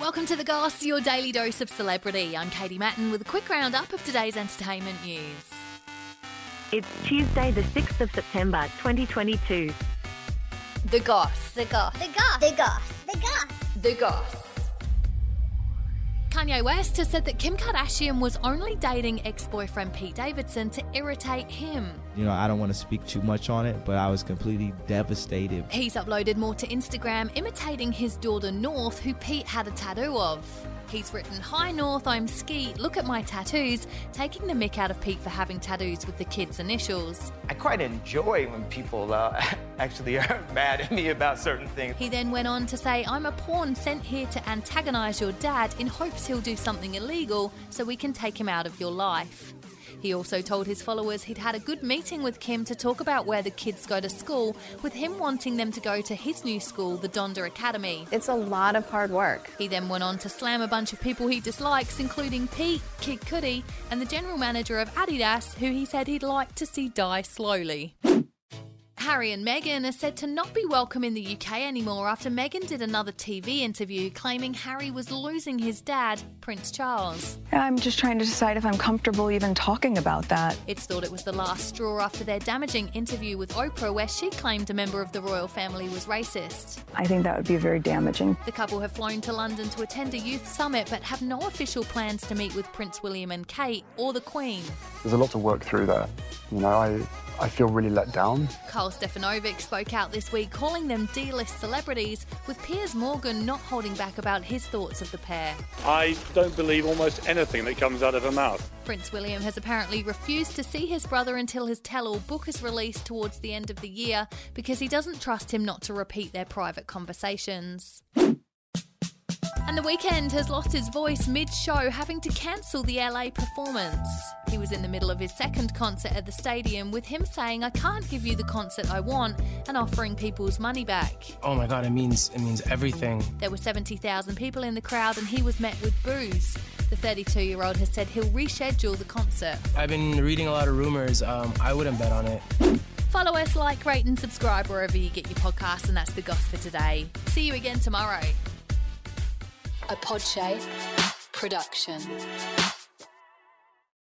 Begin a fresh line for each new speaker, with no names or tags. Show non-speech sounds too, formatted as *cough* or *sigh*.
Welcome to The Goss, your daily dose of celebrity. I'm Katie Matten with a quick roundup of today's entertainment news.
It's Tuesday, the 6th of September, 2022.
The Goss. The Goss.
The goth. The goth. The goth.
The Goss. Kanye West has said that Kim Kardashian was only dating ex boyfriend Pete Davidson to irritate him.
You know, I don't want to speak too much on it, but I was completely devastated.
He's uploaded more to Instagram imitating his daughter North, who Pete had a tattoo of. He's written, Hi North, I'm Ski, look at my tattoos, taking the mick out of Pete for having tattoos with the kids' initials.
I quite enjoy when people uh, *laughs* actually are mad at me about certain things.
He then went on to say, I'm a pawn sent here to antagonise your dad in hopes he'll do something illegal so we can take him out of your life. He also told his followers he'd had a good meeting with Kim to talk about where the kids go to school, with him wanting them to go to his new school, the Donda Academy.
It's a lot of hard work.
He then went on to slam a bunch of people he dislikes, including Pete, Kid Cudi, and the general manager of Adidas, who he said he'd like to see die slowly. Harry and Meghan are said to not be welcome in the UK anymore after Meghan did another TV interview claiming Harry was losing his dad, Prince Charles.
I'm just trying to decide if I'm comfortable even talking about that.
It's thought it was the last straw after their damaging interview with Oprah, where she claimed a member of the royal family was racist.
I think that would be very damaging.
The couple have flown to London to attend a youth summit but have no official plans to meet with Prince William and Kate or the Queen.
There's a lot to work through there. You know, I, I feel really let down.
Carl Stefanovic spoke out this week calling them D list celebrities, with Piers Morgan not holding back about his thoughts of the pair.
I don't believe almost anything that comes out of her mouth.
Prince William has apparently refused to see his brother until his tell all book is released towards the end of the year because he doesn't trust him not to repeat their private conversations. And The Weeknd has lost his voice mid show, having to cancel the LA performance. He was in the middle of his second concert at the stadium with him saying, I can't give you the concert I want, and offering people's money back.
Oh my god, it means it means everything.
There were 70,000 people in the crowd, and he was met with boos. The 32 year old has said he'll reschedule the concert.
I've been reading a lot of rumors. Um, I wouldn't bet on it.
Follow us, like, rate, and subscribe wherever you get your podcasts, and that's the goss for today. See you again tomorrow. A Podshape production.